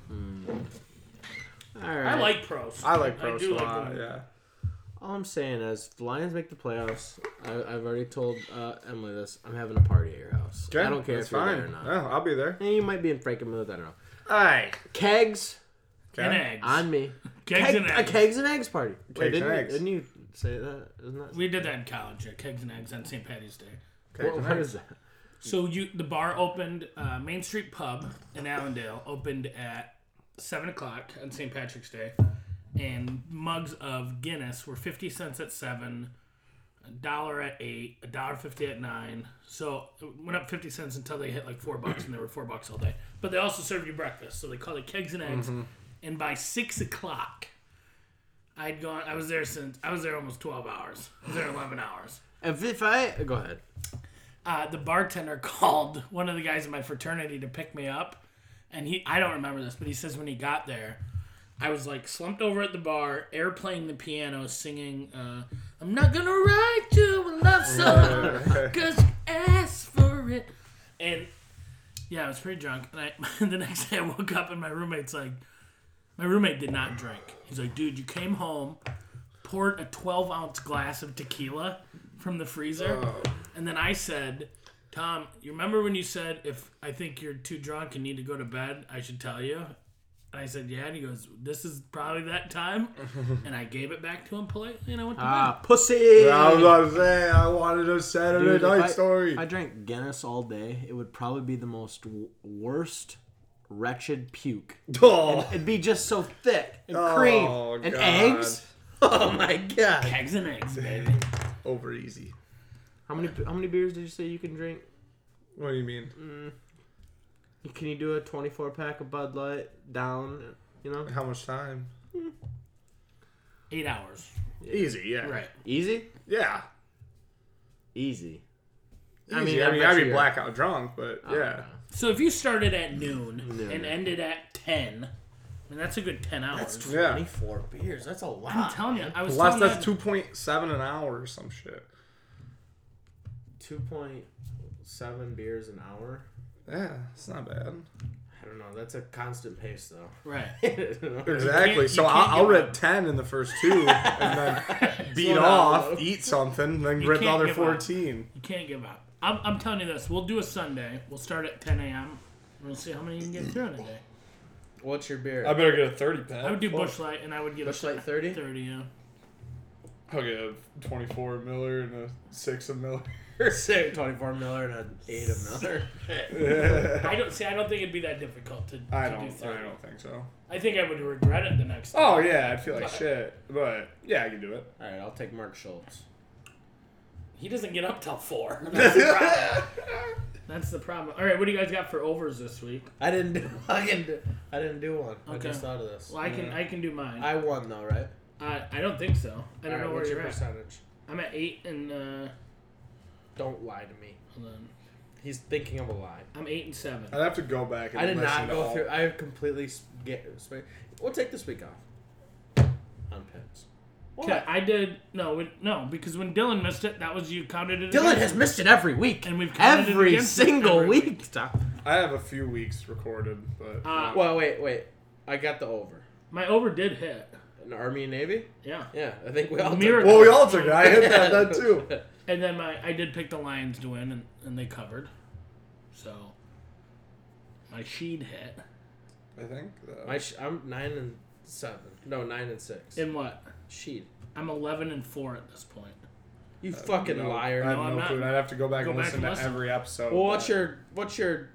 Speaker 1: All right.
Speaker 2: I like Prost.
Speaker 3: I like Prost
Speaker 2: do
Speaker 3: a lot.
Speaker 2: them.
Speaker 3: yeah.
Speaker 1: All I'm saying is, if the Lions make the playoffs, I, I've already told uh, Emily this. I'm having a party at your house. I don't care
Speaker 3: that's
Speaker 1: if you're
Speaker 3: fine.
Speaker 1: there or not.
Speaker 3: Yeah, I'll be there.
Speaker 1: And you might be in Frankenmuth. I don't know.
Speaker 3: All right.
Speaker 1: Kegs
Speaker 2: And eggs.
Speaker 1: on me.
Speaker 2: Kegs
Speaker 1: Keg-
Speaker 2: and
Speaker 1: A
Speaker 2: eggs.
Speaker 1: kegs and eggs party. Wait,
Speaker 3: Kegs
Speaker 1: didn't,
Speaker 3: and
Speaker 1: you,
Speaker 3: eggs.
Speaker 1: didn't you say that? Isn't that?
Speaker 2: We did that in college. Yeah, kegs and eggs on St. Patty's Day.
Speaker 1: What, what is that?
Speaker 2: So you, the bar opened. Uh, Main Street Pub in Allendale opened at seven o'clock on St. Patrick's Day, and mugs of Guinness were fifty cents at seven, a dollar at eight, a dollar fifty at nine. So it went up fifty cents until they hit like four bucks, and they were four bucks all day. But they also served you breakfast, so they called it kegs and eggs. And by six o'clock, I'd gone. I was there since I was there almost twelve hours. I was there eleven hours
Speaker 1: If, if I go ahead.
Speaker 2: uh, the bartender called one of the guys in my fraternity to pick me up, and he I don't remember this, but he says when he got there, I was like slumped over at the bar, air playing the piano, singing, uh, "I'm not gonna write you a love song, cause you asked for it," and yeah, I was pretty drunk. And I, the next day I woke up and my roommate's like, my roommate did not drink. He's like, dude, you came home, poured a 12 ounce glass of tequila from the freezer. And then I said, Tom, you remember when you said, if I think you're too drunk and need to go to bed, I should tell you? And I said, yeah. And he goes, this is probably that time. and I gave it back to him politely and I went to
Speaker 1: Ah,
Speaker 2: bed.
Speaker 1: pussy.
Speaker 3: I was about to say I wanted a Saturday
Speaker 1: Dude, if
Speaker 3: night
Speaker 1: I,
Speaker 3: story.
Speaker 1: if I drank Guinness all day. It would probably be the most w- worst, wretched puke.
Speaker 3: oh,
Speaker 1: It'd be just so thick and
Speaker 3: Oh,
Speaker 1: cream and
Speaker 3: God.
Speaker 1: eggs. Oh my god!
Speaker 2: Eggs and eggs, baby.
Speaker 3: over easy.
Speaker 1: How many how many beers did you say you can drink?
Speaker 3: What do you mean?
Speaker 2: Mm.
Speaker 1: Can you do a 24 pack of Bud Light down? You know,
Speaker 3: How much time?
Speaker 2: Eight hours.
Speaker 3: Easy, yeah.
Speaker 2: Right.
Speaker 1: easy,
Speaker 3: Yeah.
Speaker 1: easy.
Speaker 3: I mean, I
Speaker 1: I
Speaker 3: mean,
Speaker 1: bet
Speaker 3: I'd be
Speaker 1: you're-
Speaker 3: blackout drunk, but yeah.
Speaker 2: So if you started at noon and
Speaker 1: no.
Speaker 2: ended at 10, I mean, that's a good 10 hours.
Speaker 3: Yeah.
Speaker 1: 24 beers. That's a lot.
Speaker 2: I'm telling you, I was
Speaker 3: Unless
Speaker 2: telling
Speaker 3: that's
Speaker 2: that,
Speaker 3: two point seven an hour or some shit.
Speaker 1: 2.7 beers an hour.
Speaker 3: Yeah, it's not bad.
Speaker 1: I don't know. That's a constant pace, though.
Speaker 2: right.
Speaker 3: Exactly.
Speaker 2: you
Speaker 3: So
Speaker 2: can't
Speaker 3: I'll, I'll
Speaker 2: give
Speaker 3: rip
Speaker 2: up.
Speaker 3: ten in the first two, and then beat
Speaker 1: Slow down,
Speaker 3: off,
Speaker 1: Luke.
Speaker 3: eat something, then rip the
Speaker 2: can't
Speaker 3: other
Speaker 2: give up.
Speaker 3: fourteen.
Speaker 2: You can't give up. I'm, I'm telling you this. We'll do a Sunday. We'll start at 10 a.m. and We'll see how many you can get through in a day.
Speaker 1: What's your beer?
Speaker 3: I better get a 30 pack.
Speaker 2: I would do
Speaker 3: Fuck.
Speaker 2: Bush Light, and I would give
Speaker 1: Bush
Speaker 2: it
Speaker 1: Light 30?
Speaker 2: 30, yeah.
Speaker 3: I'll get a 24 Miller and a 6 of Miller.
Speaker 1: Say 24 Miller and an 8 of Miller.
Speaker 2: I don't see. I don't think it'd be that difficult to,
Speaker 3: I
Speaker 2: to do
Speaker 3: don't.
Speaker 2: thirty.
Speaker 3: I don't think so.
Speaker 2: I think I would regret it the next. time.
Speaker 3: Oh yeah, I'd feel like shit, but yeah, I can do it.
Speaker 1: All right, I'll take Mark Schultz.
Speaker 2: He doesn't get up till four. That's the problem. That's the problem. All right, what do you guys got for overs this week?
Speaker 1: I didn't do. I didn't do, I didn't do one. I
Speaker 2: Okay.
Speaker 1: just thought of this.
Speaker 2: Well, I can I can do mine. I
Speaker 1: I won though, right?
Speaker 2: I, don't think so. I don't
Speaker 1: All right,
Speaker 2: know where
Speaker 1: what's
Speaker 2: you're
Speaker 1: your
Speaker 2: at.
Speaker 1: percentage?
Speaker 2: I'm at eight and uh,
Speaker 1: Don't lie to me.
Speaker 2: hold on.
Speaker 1: He's thinking of a lie.
Speaker 2: I'm eight and seven.
Speaker 3: I'd have to go back. and
Speaker 1: I did
Speaker 3: listen
Speaker 1: not
Speaker 3: to
Speaker 1: go
Speaker 3: all-
Speaker 1: through. I completely s- get. sp- We'll take this week off. On pins. What?
Speaker 2: Okay, I did no when, no because when Dylan missed it, that was you counted it.
Speaker 1: Dylan
Speaker 2: against
Speaker 1: has
Speaker 2: him.
Speaker 1: missed it every week.
Speaker 2: And we've counted it
Speaker 1: every
Speaker 2: against him
Speaker 1: single
Speaker 2: every
Speaker 1: week.
Speaker 2: week.
Speaker 1: Tom.
Speaker 3: I have a few weeks recorded, but
Speaker 2: Uh,
Speaker 1: Well, wait, wait. I got the over.
Speaker 2: my over did hit.
Speaker 1: An Army and Navy.
Speaker 2: Yeah,
Speaker 1: Yeah, I think we all. took-
Speaker 2: Miracle.
Speaker 3: well, we all took it. I hit that then too.
Speaker 2: and then my I did pick the Lions to win, and, and they covered. So my sheet hit
Speaker 3: I think. uh,
Speaker 1: My sh- I'm nine and seven. No, nine and six.
Speaker 2: in what
Speaker 1: Sheet.
Speaker 2: I'm eleven and four at this point.
Speaker 1: You fucking
Speaker 3: no,
Speaker 1: liar.
Speaker 3: I have
Speaker 2: No,
Speaker 3: no,
Speaker 2: I'm not.
Speaker 3: clue. I'd have to go back
Speaker 2: Go
Speaker 3: and
Speaker 2: back
Speaker 3: listen
Speaker 2: and
Speaker 3: to
Speaker 2: listen.
Speaker 3: every episode.
Speaker 1: Well, what's your what's your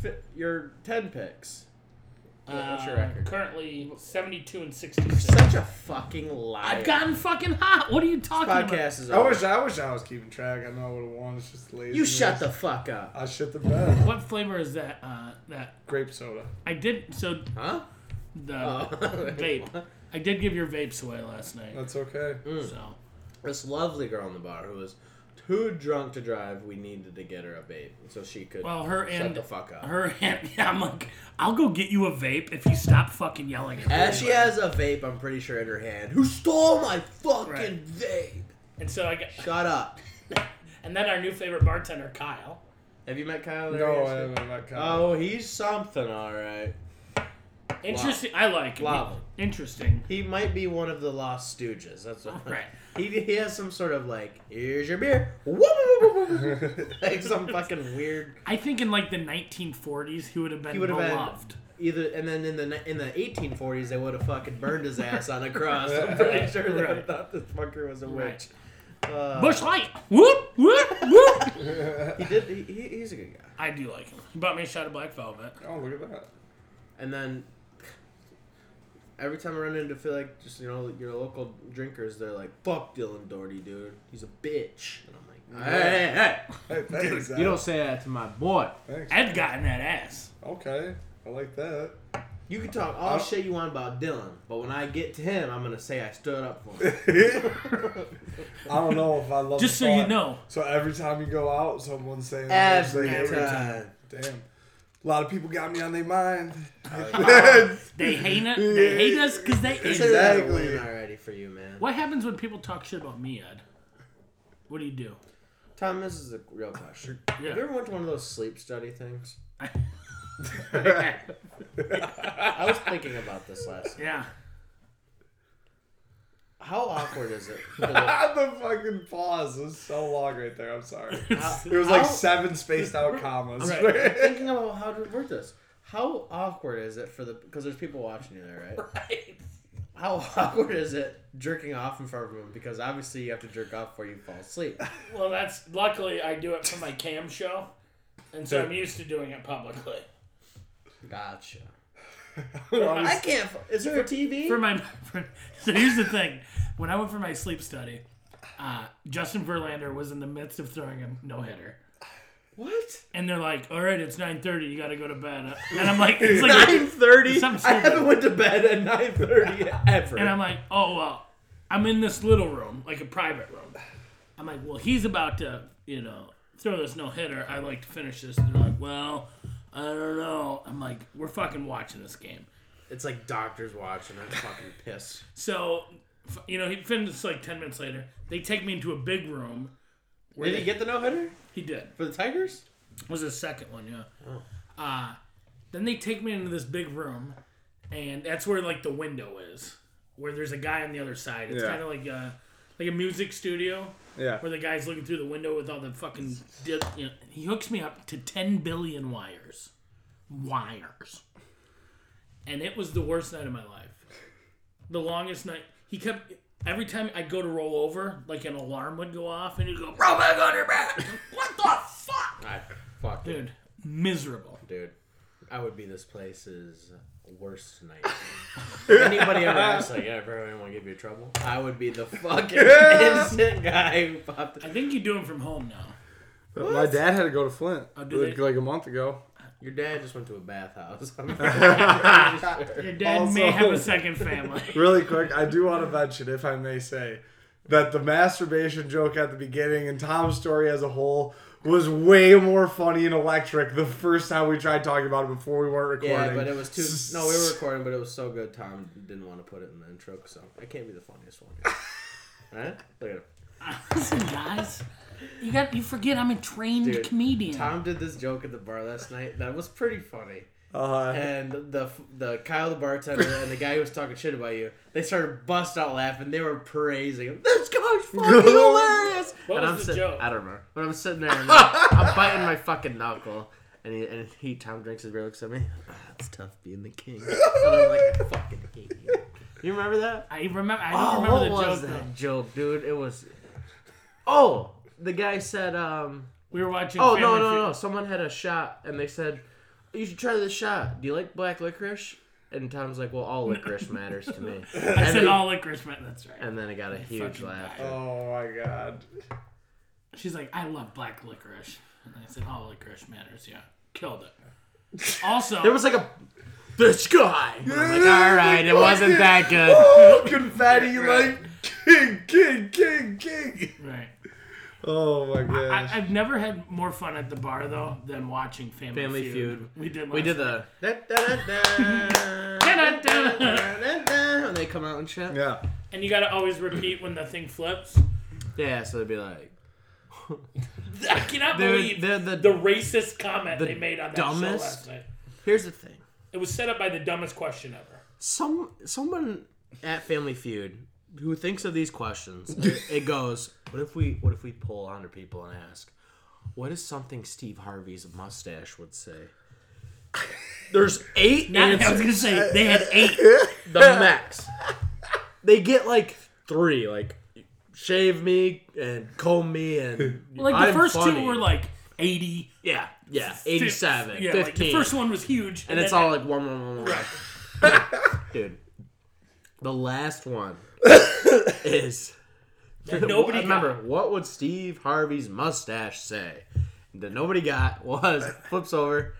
Speaker 1: fi- your ten picks? What- What's your
Speaker 2: Uh,
Speaker 1: record?
Speaker 2: Currently seventy two and sixty six.
Speaker 1: Such a fucking liar.
Speaker 2: I've gotten fucking hot. What are you talking about?
Speaker 1: podcast is
Speaker 3: I
Speaker 1: over.
Speaker 3: wish. I wish I was keeping track. I know I would have won. It's just lazy.
Speaker 1: you shut the fuck up.
Speaker 3: I shit the bed.
Speaker 2: What flavor is that? Uh, that
Speaker 3: Grape soda.
Speaker 2: I did so
Speaker 1: Huh?
Speaker 2: the
Speaker 1: Oh.
Speaker 2: vape. I did give your vapes away last night.
Speaker 3: That's okay.
Speaker 2: So
Speaker 1: This lovely girl in the bar who was too drunk to drive. We needed to get her a vape so she could
Speaker 2: well, her
Speaker 1: shut
Speaker 2: and
Speaker 1: the fuck up.
Speaker 2: her and yeah, I'm like, I'll go get you a vape if you stop fucking yelling at me.
Speaker 1: and she has a vape, I'm pretty sure, in her hand. Who stole my fucking
Speaker 2: Right.
Speaker 1: vape?
Speaker 2: And so I got,
Speaker 1: Shut up.
Speaker 2: and then our new favorite bartender, Kyle.
Speaker 1: Have you met Kyle? there
Speaker 3: No,
Speaker 1: yet?
Speaker 3: I haven't. That kind
Speaker 1: Oh, he's something, all right.
Speaker 2: Interesting. I like him.
Speaker 1: Lava.
Speaker 2: Interesting.
Speaker 1: He might be one of the Lost Stooges. That's what.
Speaker 2: Right.
Speaker 1: He, he has some sort of like, here's your beer. Whoop, whoop, whoop, whoop, whoop. like some fucking weird.
Speaker 2: I think in like the 1940s, he would have been
Speaker 1: He would have
Speaker 2: beloved.
Speaker 1: been either, and then in the in the 1840s they would have fucking burned his ass on a cross. I'm pretty sure they would have thought this fucker was a witch.
Speaker 2: Right.
Speaker 1: Uh,
Speaker 2: Bush Light. Whoop whoop whoop.
Speaker 1: he did. He, he, he's a good guy.
Speaker 2: I do like him. He bought me a shot of Black Velvet.
Speaker 3: oh, look at that.
Speaker 1: And then every time I run into feel like just you know your local drinkers, they're like, "Fuck Dylan Doherty, dude. He's a bitch." And I'm like, "Hey, hey, hey.
Speaker 3: Hey, thanks. Adam.
Speaker 1: you don't say that to my boy."
Speaker 3: Thanks.
Speaker 2: Ed got in that ass.
Speaker 3: Okay. I like that.
Speaker 1: You can talk all shit you want about Dylan, but when I get to him, I'm gonna say I stood up for him.
Speaker 3: I don't know if I love.
Speaker 2: Just
Speaker 3: the
Speaker 2: so you
Speaker 3: thought.
Speaker 2: know.
Speaker 3: So every time you go out, someone's saying
Speaker 1: Every
Speaker 3: everything.
Speaker 1: time.
Speaker 3: Damn. A lot of people got me on their mind.
Speaker 1: Oh,
Speaker 2: They hate it. They hate us because they.
Speaker 1: Consider that a
Speaker 3: Exactly.
Speaker 1: win already for you, man.
Speaker 2: What happens when people talk shit about me, Ed? What do you do?
Speaker 1: Tom, this is a real question.
Speaker 2: Yeah.
Speaker 1: Have you ever went to one of those sleep study things?
Speaker 2: yeah.
Speaker 1: I was thinking about this last. night. How awkward is it? for the-
Speaker 3: the fucking pause was so long right there. I'm sorry. It was like
Speaker 1: How-
Speaker 3: seven spaced out commas.
Speaker 2: Right.
Speaker 1: thinking about how to work this. How awkward is it for the? Because there's people watching you there, right? How awkward is it jerking off in front of them? Because obviously you have to jerk off before you fall asleep.
Speaker 2: Well, that's luckily I do it for my cam show, and so I'm used to doing it publicly.
Speaker 1: Gotcha.
Speaker 3: Honestly,
Speaker 1: I can't. f- Is there a TV?
Speaker 2: For my, for, so here's the thing: when I went for my sleep study, uh, Justin Verlander was in the midst of throwing a no hitter,
Speaker 1: what?
Speaker 2: and they're like, "All right, it's 9:30, you got to go to bed," and I'm like, "It's like."
Speaker 1: Nine thirty.
Speaker 2: Some
Speaker 1: I haven't went to bed at nine thirty ever.
Speaker 2: And I'm like, oh well, I'm in this little room, like a private room. I'm like, well, he's about to, you know, throw this no hitter. I like to finish this. And they're like, well, I don't know. I'm like, we're fucking watching this game.
Speaker 1: it's like doctors watching. I'm fucking pissed.
Speaker 2: So, f- you know, he finishes like ten minutes later. They take me into a big room.
Speaker 1: Did he get the no hitter
Speaker 2: He did.
Speaker 1: for the Tigers?
Speaker 2: It was his second one, yeah. Uh, then they take me into this big room, and that's where like the window is, where there's a guy on the other side. It's
Speaker 3: Yeah.
Speaker 2: kind of like a like a music studio.
Speaker 3: Yeah.
Speaker 2: where the guy's looking through the window with all the fucking. Dip, you know, he hooks me up to 10 billion wires. Wires. and it was the worst night of my life. The longest night. He kept every time I'd go to roll over, like an alarm would go off, and he'd go, "Roll back on your back." what the fuck,
Speaker 1: I fuck it,
Speaker 2: dude? Miserable.
Speaker 1: dude. I would be this place's worst nightmare. Anybody ever asked like, yeah, bro, anyone give you trouble? I would be the fucking instant guy who popped.
Speaker 2: I think you do them from home now.
Speaker 3: But My dad had to go to Flint
Speaker 1: Oh,
Speaker 2: do
Speaker 3: like,
Speaker 2: they-
Speaker 3: like a month ago.
Speaker 1: Your dad just went to a bathhouse.
Speaker 2: Your dad
Speaker 3: Also-
Speaker 2: may have a second family.
Speaker 3: Really quick, I do want to mention, if I may say, that the masturbation joke at the beginning and Tom's story as a whole was way more funny and electric the first time we tried talking about it before we weren't recording.
Speaker 1: yeah, but it was too. No, we were recording, but it was so good. Tom didn't want to put it in the intro, so it can't be the funniest one. right? Look at him.
Speaker 2: Listen, guys, you got you forget I'm a trained
Speaker 1: Dude,
Speaker 2: comedian.
Speaker 1: Tom did this joke at the bar last night that was pretty funny.
Speaker 3: Uh,
Speaker 1: And the the Kyle the bartender and the guy who was talking shit about you, they started bust out laughing. They were praising him. This guy's fucking hilarious. and
Speaker 2: What was
Speaker 1: I'm
Speaker 2: the
Speaker 1: sit-
Speaker 2: joke?
Speaker 1: I don't remember. But I'm sitting there and I'm, I'm biting my fucking knuckle. And he, and he Tom drinks his beer, looks at me. "Ah, It's tough being the king. And I'm like, I fucking hate you. You remember that?
Speaker 2: I remember. I
Speaker 1: Oh,
Speaker 2: don't
Speaker 1: what
Speaker 2: remember the
Speaker 1: was
Speaker 2: joke.
Speaker 1: that
Speaker 2: though.
Speaker 1: joke, dude? It was. Oh, the guy said. um
Speaker 2: We were watching.
Speaker 1: Oh no
Speaker 2: Family
Speaker 1: no
Speaker 2: Feud.
Speaker 1: no! Someone had a shot, and they said, "You should try this shot. Do you like black licorice?" And Tom's like, "Well, all licorice matters to me."
Speaker 2: I
Speaker 1: and,
Speaker 2: said
Speaker 1: then,
Speaker 2: all licorice man. That's right.
Speaker 1: and then it got a huge
Speaker 2: fucking
Speaker 1: laugh.
Speaker 2: died.
Speaker 3: oh my god.
Speaker 2: She's like, I love black licorice. And I said, all licorice matters. Yeah, killed it. Also,
Speaker 1: There was like a this guy. And I'm like, all right, it wasn't that good.
Speaker 3: Oh, confetti, like king, king, king, king.
Speaker 2: right.
Speaker 3: Oh my
Speaker 2: I,
Speaker 3: gosh.
Speaker 2: I've never had more fun at the bar though than watching Family,
Speaker 1: Family Feud.
Speaker 2: We did.
Speaker 1: We did the when they come out and shit.
Speaker 3: yeah.
Speaker 2: And you gotta always repeat when the thing flips.
Speaker 1: Yeah, so they'd be like,
Speaker 2: I cannot
Speaker 1: dude,
Speaker 2: believe
Speaker 1: they're the,
Speaker 2: the racist comment they made on that
Speaker 1: dumbest-
Speaker 2: show last night.
Speaker 1: here's the thing.
Speaker 2: It was set up by the dumbest question ever.
Speaker 1: some someone at Family Feud who thinks of these questions, it, it goes, "What if we what if we poll hundred people and ask, what is something Steve Harvey's mustache would say?" There's eight
Speaker 2: I was
Speaker 1: answers,
Speaker 2: gonna say they had eight.
Speaker 1: the max. They get like three, like shave me and comb me and
Speaker 2: Like the
Speaker 1: I'm
Speaker 2: first
Speaker 1: funny.
Speaker 2: two were like eighty.
Speaker 1: yeah yeah
Speaker 2: fif-
Speaker 1: 87
Speaker 2: Yeah,
Speaker 1: 15
Speaker 2: like the first one was huge,
Speaker 1: and it's
Speaker 2: then-
Speaker 1: all like one, one, one, one. one. Dude, the last one is
Speaker 2: nobody.
Speaker 1: remember
Speaker 2: got-
Speaker 1: what would Steve Harvey's mustache say? That nobody got was flips over.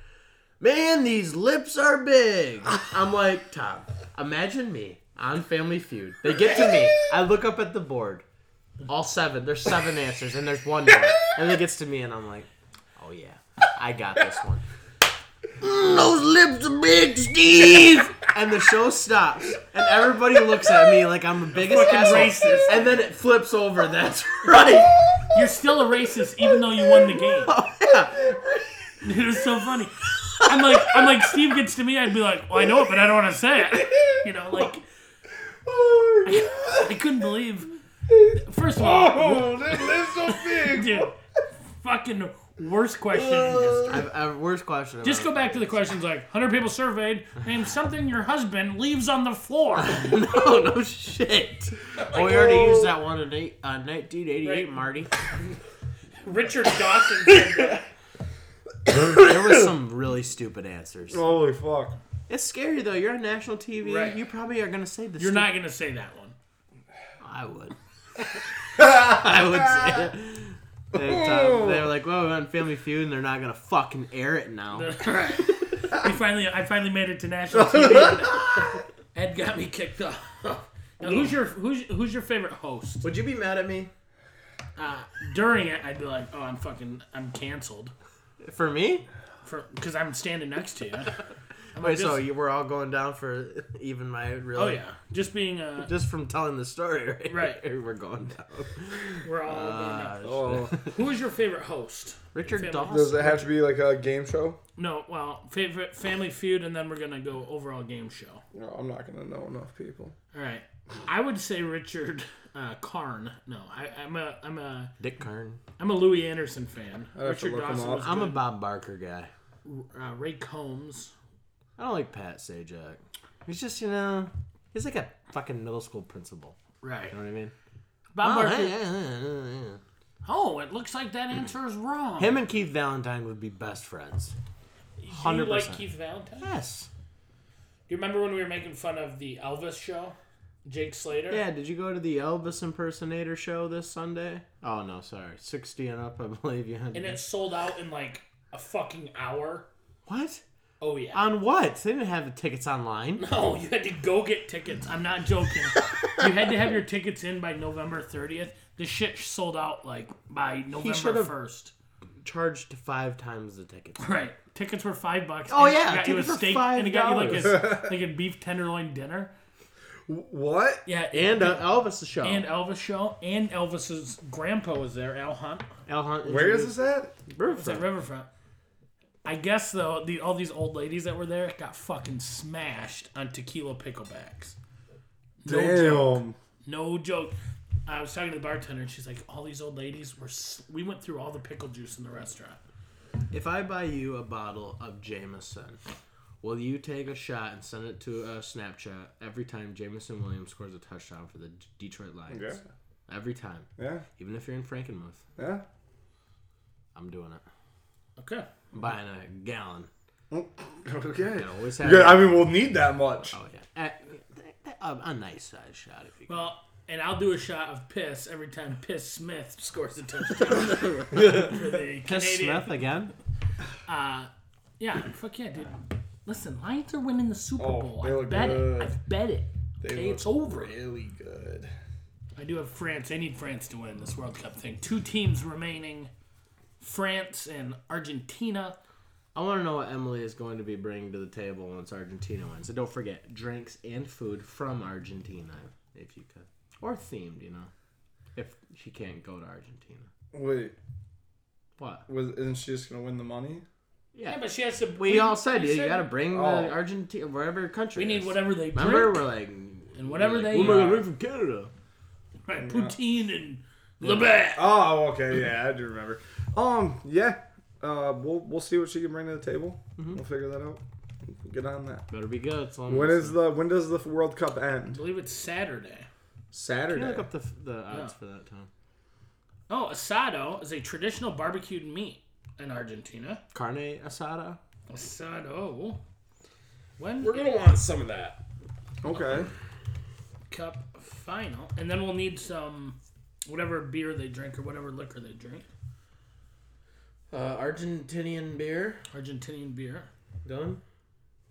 Speaker 1: Man, these lips are big. I'm like Tom. Imagine me on Family Feud. They get to me. I look up at the board. All seven. There's seven answers, and there's one more. And it gets to me, and I'm like, oh yeah, I got this one. "Mm, those lips are big, Steve. and the show stops, and everybody looks at me like I'm the biggest
Speaker 2: Fucking
Speaker 1: asshole.
Speaker 2: racist.
Speaker 1: And then it flips over. That's right.
Speaker 2: You're still a racist, even though you won the game.
Speaker 1: Yeah.
Speaker 2: It was so funny. I'm like, I'm like, Steve gets to me, I'd be like, well, I know it, but I don't want to say it. You know, like,
Speaker 3: Oh my god.
Speaker 2: I couldn't believe. First of all,
Speaker 3: Oh, that lives so big.
Speaker 2: dude, fucking worst question in history.
Speaker 1: I've, I've, worst question.
Speaker 2: Just go back to the questions like 100 people surveyed, name something your husband leaves on the floor.
Speaker 1: No, no shit. oh, we already used that one in eight, uh, 1988,
Speaker 2: Right.
Speaker 1: Marty.
Speaker 2: Richard Dawson said that.
Speaker 1: There was some really stupid answers.
Speaker 3: Holy fuck.
Speaker 1: It's scary though. You're on national TV.
Speaker 2: Right.
Speaker 1: You probably are gonna say this.
Speaker 2: You're not going to say that one.
Speaker 1: I would. I would say. it. They,
Speaker 2: Oh.
Speaker 1: Tom, they were like, "Well, we're on Family Feud, and they're not gonna fucking air it now."
Speaker 2: We finally, I finally made it to national TV. Ed got me kicked off. Now, who's your who's who's your favorite host?
Speaker 1: Would you be mad at me
Speaker 2: Uh, during it, I'd be like, "Oh, I'm fucking, I'm canceled
Speaker 1: for me?
Speaker 2: for because I'm standing next to you." I'm
Speaker 1: Wait,
Speaker 2: like,
Speaker 1: so
Speaker 2: just-
Speaker 1: you were all going down for even my really?
Speaker 2: oh yeah, just being uh,
Speaker 1: Just from telling the story, right?
Speaker 2: Right.
Speaker 1: we're going down.
Speaker 2: we're all.
Speaker 1: Uh,
Speaker 2: going up.
Speaker 3: Oh.
Speaker 2: Who is your favorite host?
Speaker 1: Richard
Speaker 2: Family-
Speaker 1: Dawson.
Speaker 3: Does it have to be like a game show?
Speaker 2: No, well, favorite Family Feud, and then we're gonna go overall game show.
Speaker 3: No, I'm not gonna know enough people.
Speaker 2: All right, I would say Richard uh, Karn. No, I, I'm a I'm a
Speaker 1: Dick Kern.
Speaker 2: I'm a Louis Anderson fan.
Speaker 3: have to
Speaker 2: Richard
Speaker 3: look him
Speaker 2: Dawson
Speaker 3: up.
Speaker 2: was
Speaker 1: I'm a
Speaker 2: good.
Speaker 1: Bob Barker guy.
Speaker 2: uh, Ray Combs.
Speaker 1: I don't like Pat Sajak.
Speaker 5: He's just, you know, he's like a fucking middle school principal.
Speaker 1: Right.
Speaker 5: You know what I mean?
Speaker 2: Bob
Speaker 5: Oh,
Speaker 2: Barker-
Speaker 5: yeah, yeah, yeah, yeah, yeah.
Speaker 2: Oh, it looks like that answer is wrong.
Speaker 5: Him and Keith Valentine would be best friends.
Speaker 2: Do you like
Speaker 5: 100%.
Speaker 2: Keith Valentine? Do
Speaker 5: Yes.
Speaker 2: you remember when we were making fun of the Elvis show? Jake Slater?
Speaker 1: Yeah, did you go to the Elvis impersonator show this Sunday? Oh no, sorry, sixty and up, I believe you had.
Speaker 2: And it sold out in like a fucking hour.
Speaker 5: What?
Speaker 2: Oh, yeah.
Speaker 1: Um,
Speaker 5: On what? They didn't have the tickets online.
Speaker 2: No, you had to go get tickets. I'm not joking. you had to have your tickets in by November 30th. This shit sold out like by November
Speaker 5: should've-
Speaker 2: 1st.
Speaker 5: Charged five times the tickets.
Speaker 2: Right. Tickets were five bucks.
Speaker 5: Oh,
Speaker 2: and it
Speaker 5: yeah,
Speaker 2: got you a
Speaker 5: tickets were
Speaker 2: steak
Speaker 5: five
Speaker 2: and it got you like a like a beef tenderloin dinner.
Speaker 3: What?
Speaker 2: Yeah,
Speaker 1: and uh, Elvis show.
Speaker 2: and Elvis show and Elvis's grandpa was there, Al Hunt
Speaker 1: Al Hunt.
Speaker 3: Where is this at?
Speaker 2: at Riverfront. I guess though the all these old ladies that were there got fucking smashed on tequila picklebacks. No joke.
Speaker 3: Damn.
Speaker 2: No joke. I was talking to the bartender, and she's like, "All these old ladies were. s- We went through all the pickle juice in the restaurant.
Speaker 1: If I buy you a bottle of Jameson, will you take a shot and send it to a Snapchat every time Jameson Williams scores a touchdown for the D- Detroit Lions?
Speaker 3: Yeah.
Speaker 1: Every time,
Speaker 3: Yeah.
Speaker 1: even if you're in Frankenmuth,
Speaker 3: Yeah.
Speaker 1: I'm doing it.
Speaker 2: Okay.
Speaker 1: I'm buying a gallon.
Speaker 3: Oh, Okay.
Speaker 1: I always have.
Speaker 3: Yeah, I mean, we'll need that much.
Speaker 1: oh yeah, a, a- a nice size shot if you. Can.
Speaker 2: Well, and I'll do a shot of piss every time Piss Smith scores a touchdown for the
Speaker 5: Piss
Speaker 2: Canadian. Uh,
Speaker 5: Smith again?
Speaker 2: Yeah, fuck yeah, dude. Listen, Lions are winning the Super
Speaker 3: Oh,
Speaker 2: Bowl.
Speaker 3: they
Speaker 2: I
Speaker 3: look
Speaker 2: bet
Speaker 3: good.
Speaker 2: it. I bet it. Okay,
Speaker 3: look
Speaker 2: it's over.
Speaker 3: Really good.
Speaker 2: I do have France. I need France to win this World Cup thing. Two teams remaining: France and Argentina.
Speaker 1: I want to know what Emily is going to be bringing to the table once Argentina wins. And don't forget, drinks and food from Argentina, if you could, or themed, you know, if she can't go to Argentina.
Speaker 3: Wait,
Speaker 1: What?
Speaker 3: was, isn't she just gonna win the money?
Speaker 1: Yeah,
Speaker 2: Yeah, but she has to.
Speaker 1: we, all said
Speaker 2: we
Speaker 1: you gotta bring
Speaker 3: Oh.
Speaker 1: the Argentina wherever country.
Speaker 2: We need
Speaker 1: is.
Speaker 2: whatever they drink.
Speaker 1: Remember, we're like
Speaker 2: And whatever
Speaker 1: we're
Speaker 2: they uh,
Speaker 1: we're
Speaker 2: are.
Speaker 1: we're from Canada.
Speaker 2: Right, poutine and Labatt.
Speaker 3: Oh, okay, yeah, I do remember. Um, yeah, uh, we'll we'll see what she can bring to the table. We'll figure that out. Get on that.
Speaker 1: Better be good. That's all I'm
Speaker 3: When
Speaker 1: gonna
Speaker 3: is
Speaker 1: say.
Speaker 3: the when does the World Cup
Speaker 2: I
Speaker 3: end?
Speaker 2: believe it's Saturday.
Speaker 1: Can you
Speaker 3: Saturday.
Speaker 1: look up the, the odds
Speaker 2: Yeah.
Speaker 1: for that time?
Speaker 2: Oh, asado is a traditional barbecued meat in Argentina.
Speaker 1: Carne asada.
Speaker 2: Asado. When
Speaker 5: gonna want some of that.
Speaker 3: Okay.
Speaker 2: cup final, and then we'll need some whatever beer they drink or whatever liquor they drink.
Speaker 1: Uh, Argentinian beer
Speaker 2: Argentinian beer.
Speaker 1: done.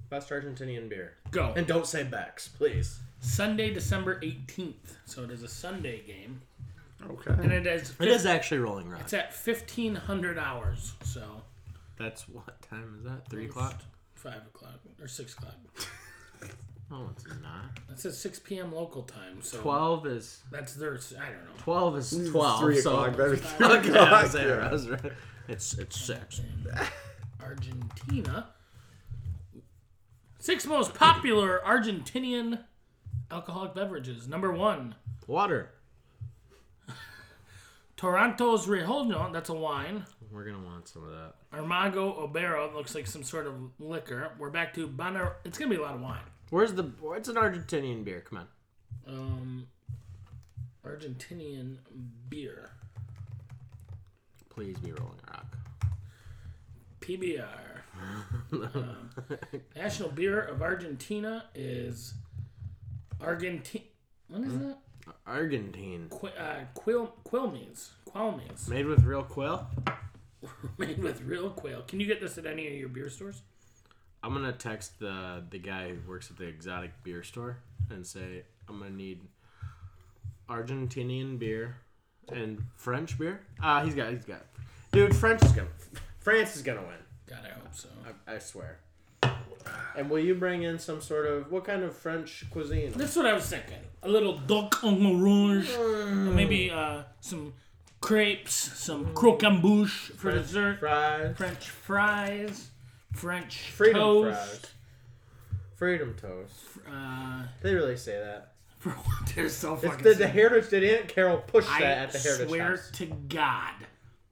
Speaker 1: Best Argentinian beer.
Speaker 2: Go.
Speaker 1: And don't say Bex, please.
Speaker 2: Sunday, December 18th. So it is a Sunday game. And
Speaker 3: Okay.
Speaker 2: it is,
Speaker 5: It is actually Rolling
Speaker 2: it's
Speaker 5: Rock.
Speaker 2: at 1500 hours. So
Speaker 1: That's what time is that? Three o'clock?
Speaker 2: 5 o'clock or 6 o'clock.
Speaker 1: No, Oh, it's not.
Speaker 2: That's at 6 p.m. local time. So
Speaker 1: Twelve is
Speaker 2: that's their, I don't know.
Speaker 1: twelve is twelve.
Speaker 3: Three
Speaker 1: so-
Speaker 3: o'clock. Better.
Speaker 1: Okay, I was there, I was right. It's it's six.
Speaker 2: Argentina. Six most popular Argentinian alcoholic beverages. Number one,
Speaker 1: Water.
Speaker 2: Toronto's Rejoño. That's a wine.
Speaker 1: We're gonna want some of that.
Speaker 2: Armago Obero. Looks like some sort of liquor. We're back to Bonaire. It's going to be a lot of wine.
Speaker 1: Where's the? What's an Argentinian beer? Come on.
Speaker 2: Um, Argentinian beer.
Speaker 1: Please be Rolling Rock.
Speaker 2: PBR. Um, national beer of Argentina is Argentina. What is that?
Speaker 1: Argentine.
Speaker 2: Qu- uh, quil- quilmes. Quilmes.
Speaker 1: Made with real quail.
Speaker 2: Made with real quail. Can you get this at any of your beer stores?
Speaker 1: I'm gonna text the the guy who works at the exotic beer store and say I'm gonna need Argentinian beer and French beer. Ah, he's got he's got. Dude, French is gonna France is gonna win.
Speaker 2: God, I hope so.
Speaker 1: I, I swear. And will you bring in some sort of what kind of French cuisine?
Speaker 2: That's what I was thinking. A little duck en rouge.
Speaker 1: Mm.
Speaker 2: Maybe uh, some crepes, some croquembouche for dessert.
Speaker 1: Fries.
Speaker 2: French fries. French
Speaker 1: Freedom
Speaker 2: toast.
Speaker 1: Freedom toast.
Speaker 2: Uh,
Speaker 1: They really say that.
Speaker 2: Bro, they're so
Speaker 1: It's
Speaker 2: fucking.
Speaker 1: the, the
Speaker 2: sick.
Speaker 1: Heritage did Aunt Carol pushed
Speaker 2: I
Speaker 1: that at the Heritage
Speaker 2: swear
Speaker 1: House
Speaker 2: to God,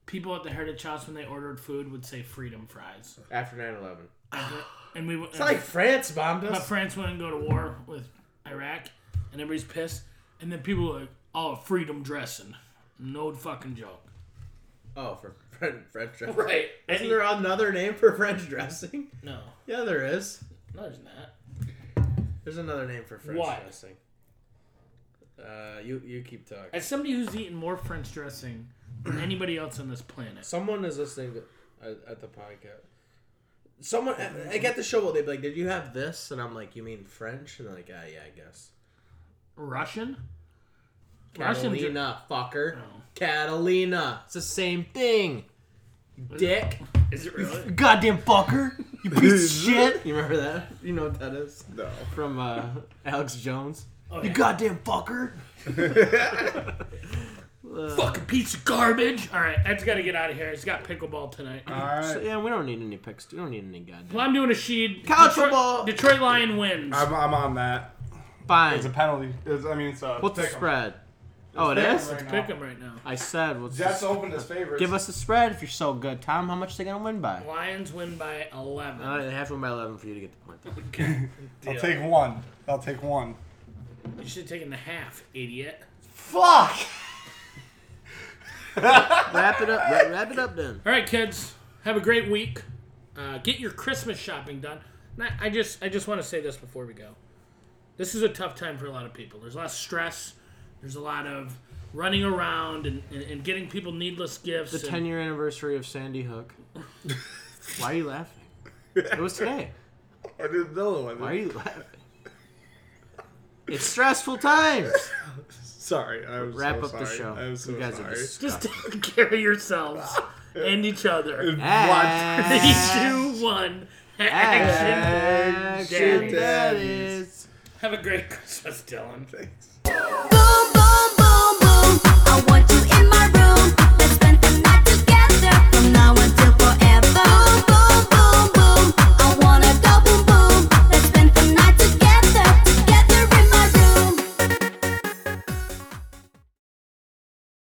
Speaker 2: people at the Heritage House when they ordered food would say "Freedom Fries."
Speaker 1: after 9-11.
Speaker 2: and we it's
Speaker 5: like France bombed
Speaker 2: but
Speaker 5: us.
Speaker 2: France wouldn't go to war with Iraq, and everybody's pissed. And then people are like, "Oh, freedom dressing, no fucking joke."
Speaker 1: Oh, for French, French dressing.
Speaker 2: Right?
Speaker 1: Isn't there another name for French dressing?
Speaker 2: no,
Speaker 1: Yeah, there is.
Speaker 2: no, there's not.
Speaker 1: There's another name for French
Speaker 2: What?
Speaker 1: dressing. Uh, you you keep talking.
Speaker 2: As somebody who's eaten more French dressing than anybody else on this planet,
Speaker 1: Someone is listening to, at, at the podcast. Someone I- I get the show. They'd be like, "Did you have this?" And I'm like, "You mean French?" And they're like, "Ah, yeah, I guess."
Speaker 2: Russian, Russian dr-
Speaker 1: Catalina, fucker.
Speaker 2: Oh.
Speaker 1: Catalina. It's the same thing. Dick.
Speaker 2: is it really?
Speaker 1: Goddamn fucker. You piece of shit. You remember that? You know what that is?
Speaker 3: No.
Speaker 1: From uh, Alex Jones.
Speaker 2: Oh,
Speaker 1: You
Speaker 2: yeah.
Speaker 1: goddamn fucker.
Speaker 2: fucking piece of garbage. All right, Ed's got to get out of here. He's got pickleball tonight.
Speaker 3: All right.
Speaker 1: So, yeah, we don't need any picks. We don't need any goddamn.
Speaker 2: well, I'm doing a sheed.
Speaker 1: Couch
Speaker 2: Detroit,
Speaker 1: football.
Speaker 2: Detroit Lion wins.
Speaker 3: I'm, I'm on that. It's a
Speaker 1: Fine.
Speaker 3: penalty. It's, I mean, it's a.
Speaker 1: What's the
Speaker 3: pick 'em.
Speaker 1: spread? Oh, it
Speaker 3: pick 'em
Speaker 1: is.
Speaker 3: right now.
Speaker 2: Pick him right now.
Speaker 1: I said, what's the
Speaker 3: Jets
Speaker 1: spread?
Speaker 3: opened as favorites.
Speaker 1: Give us the spread if you're so good, Tom. How much they gonna win by?
Speaker 2: Lions win by 11.
Speaker 1: Uh, they have to win by eleven for you to get the point.
Speaker 3: I'll take one. I'll take one.
Speaker 2: you should have taken the half, idiot.
Speaker 3: Fuck.
Speaker 1: wrap it up. Wrap, wrap it up then.
Speaker 2: All right, kids, have a great week. Uh, get your Christmas shopping done. And I, I just, I just want to say this before we go. This is a tough time for a lot of people. There's a lot of stress. There's a lot of running around and, and, and getting people needless gifts.
Speaker 1: The
Speaker 2: and-
Speaker 1: ten year anniversary of Sandy Hook. Why are you laughing? It was today.
Speaker 3: I didn't know it.
Speaker 1: Why are you laughing? It's stressful times.
Speaker 3: Sorry. I was
Speaker 1: Wrap
Speaker 3: so
Speaker 1: up the
Speaker 3: sorry.
Speaker 1: show.
Speaker 3: I'm so
Speaker 1: you guys
Speaker 3: sorry.
Speaker 1: are disgusting.
Speaker 2: just take care of yourselves and each other.
Speaker 3: What?
Speaker 1: Ah.
Speaker 2: Three, two, one. Action.
Speaker 1: Action
Speaker 2: Daddy.
Speaker 1: that is.
Speaker 2: Have a great Christmas, Dylan.
Speaker 3: Thanks.
Speaker 6: Boom, boom, boom, boom. I want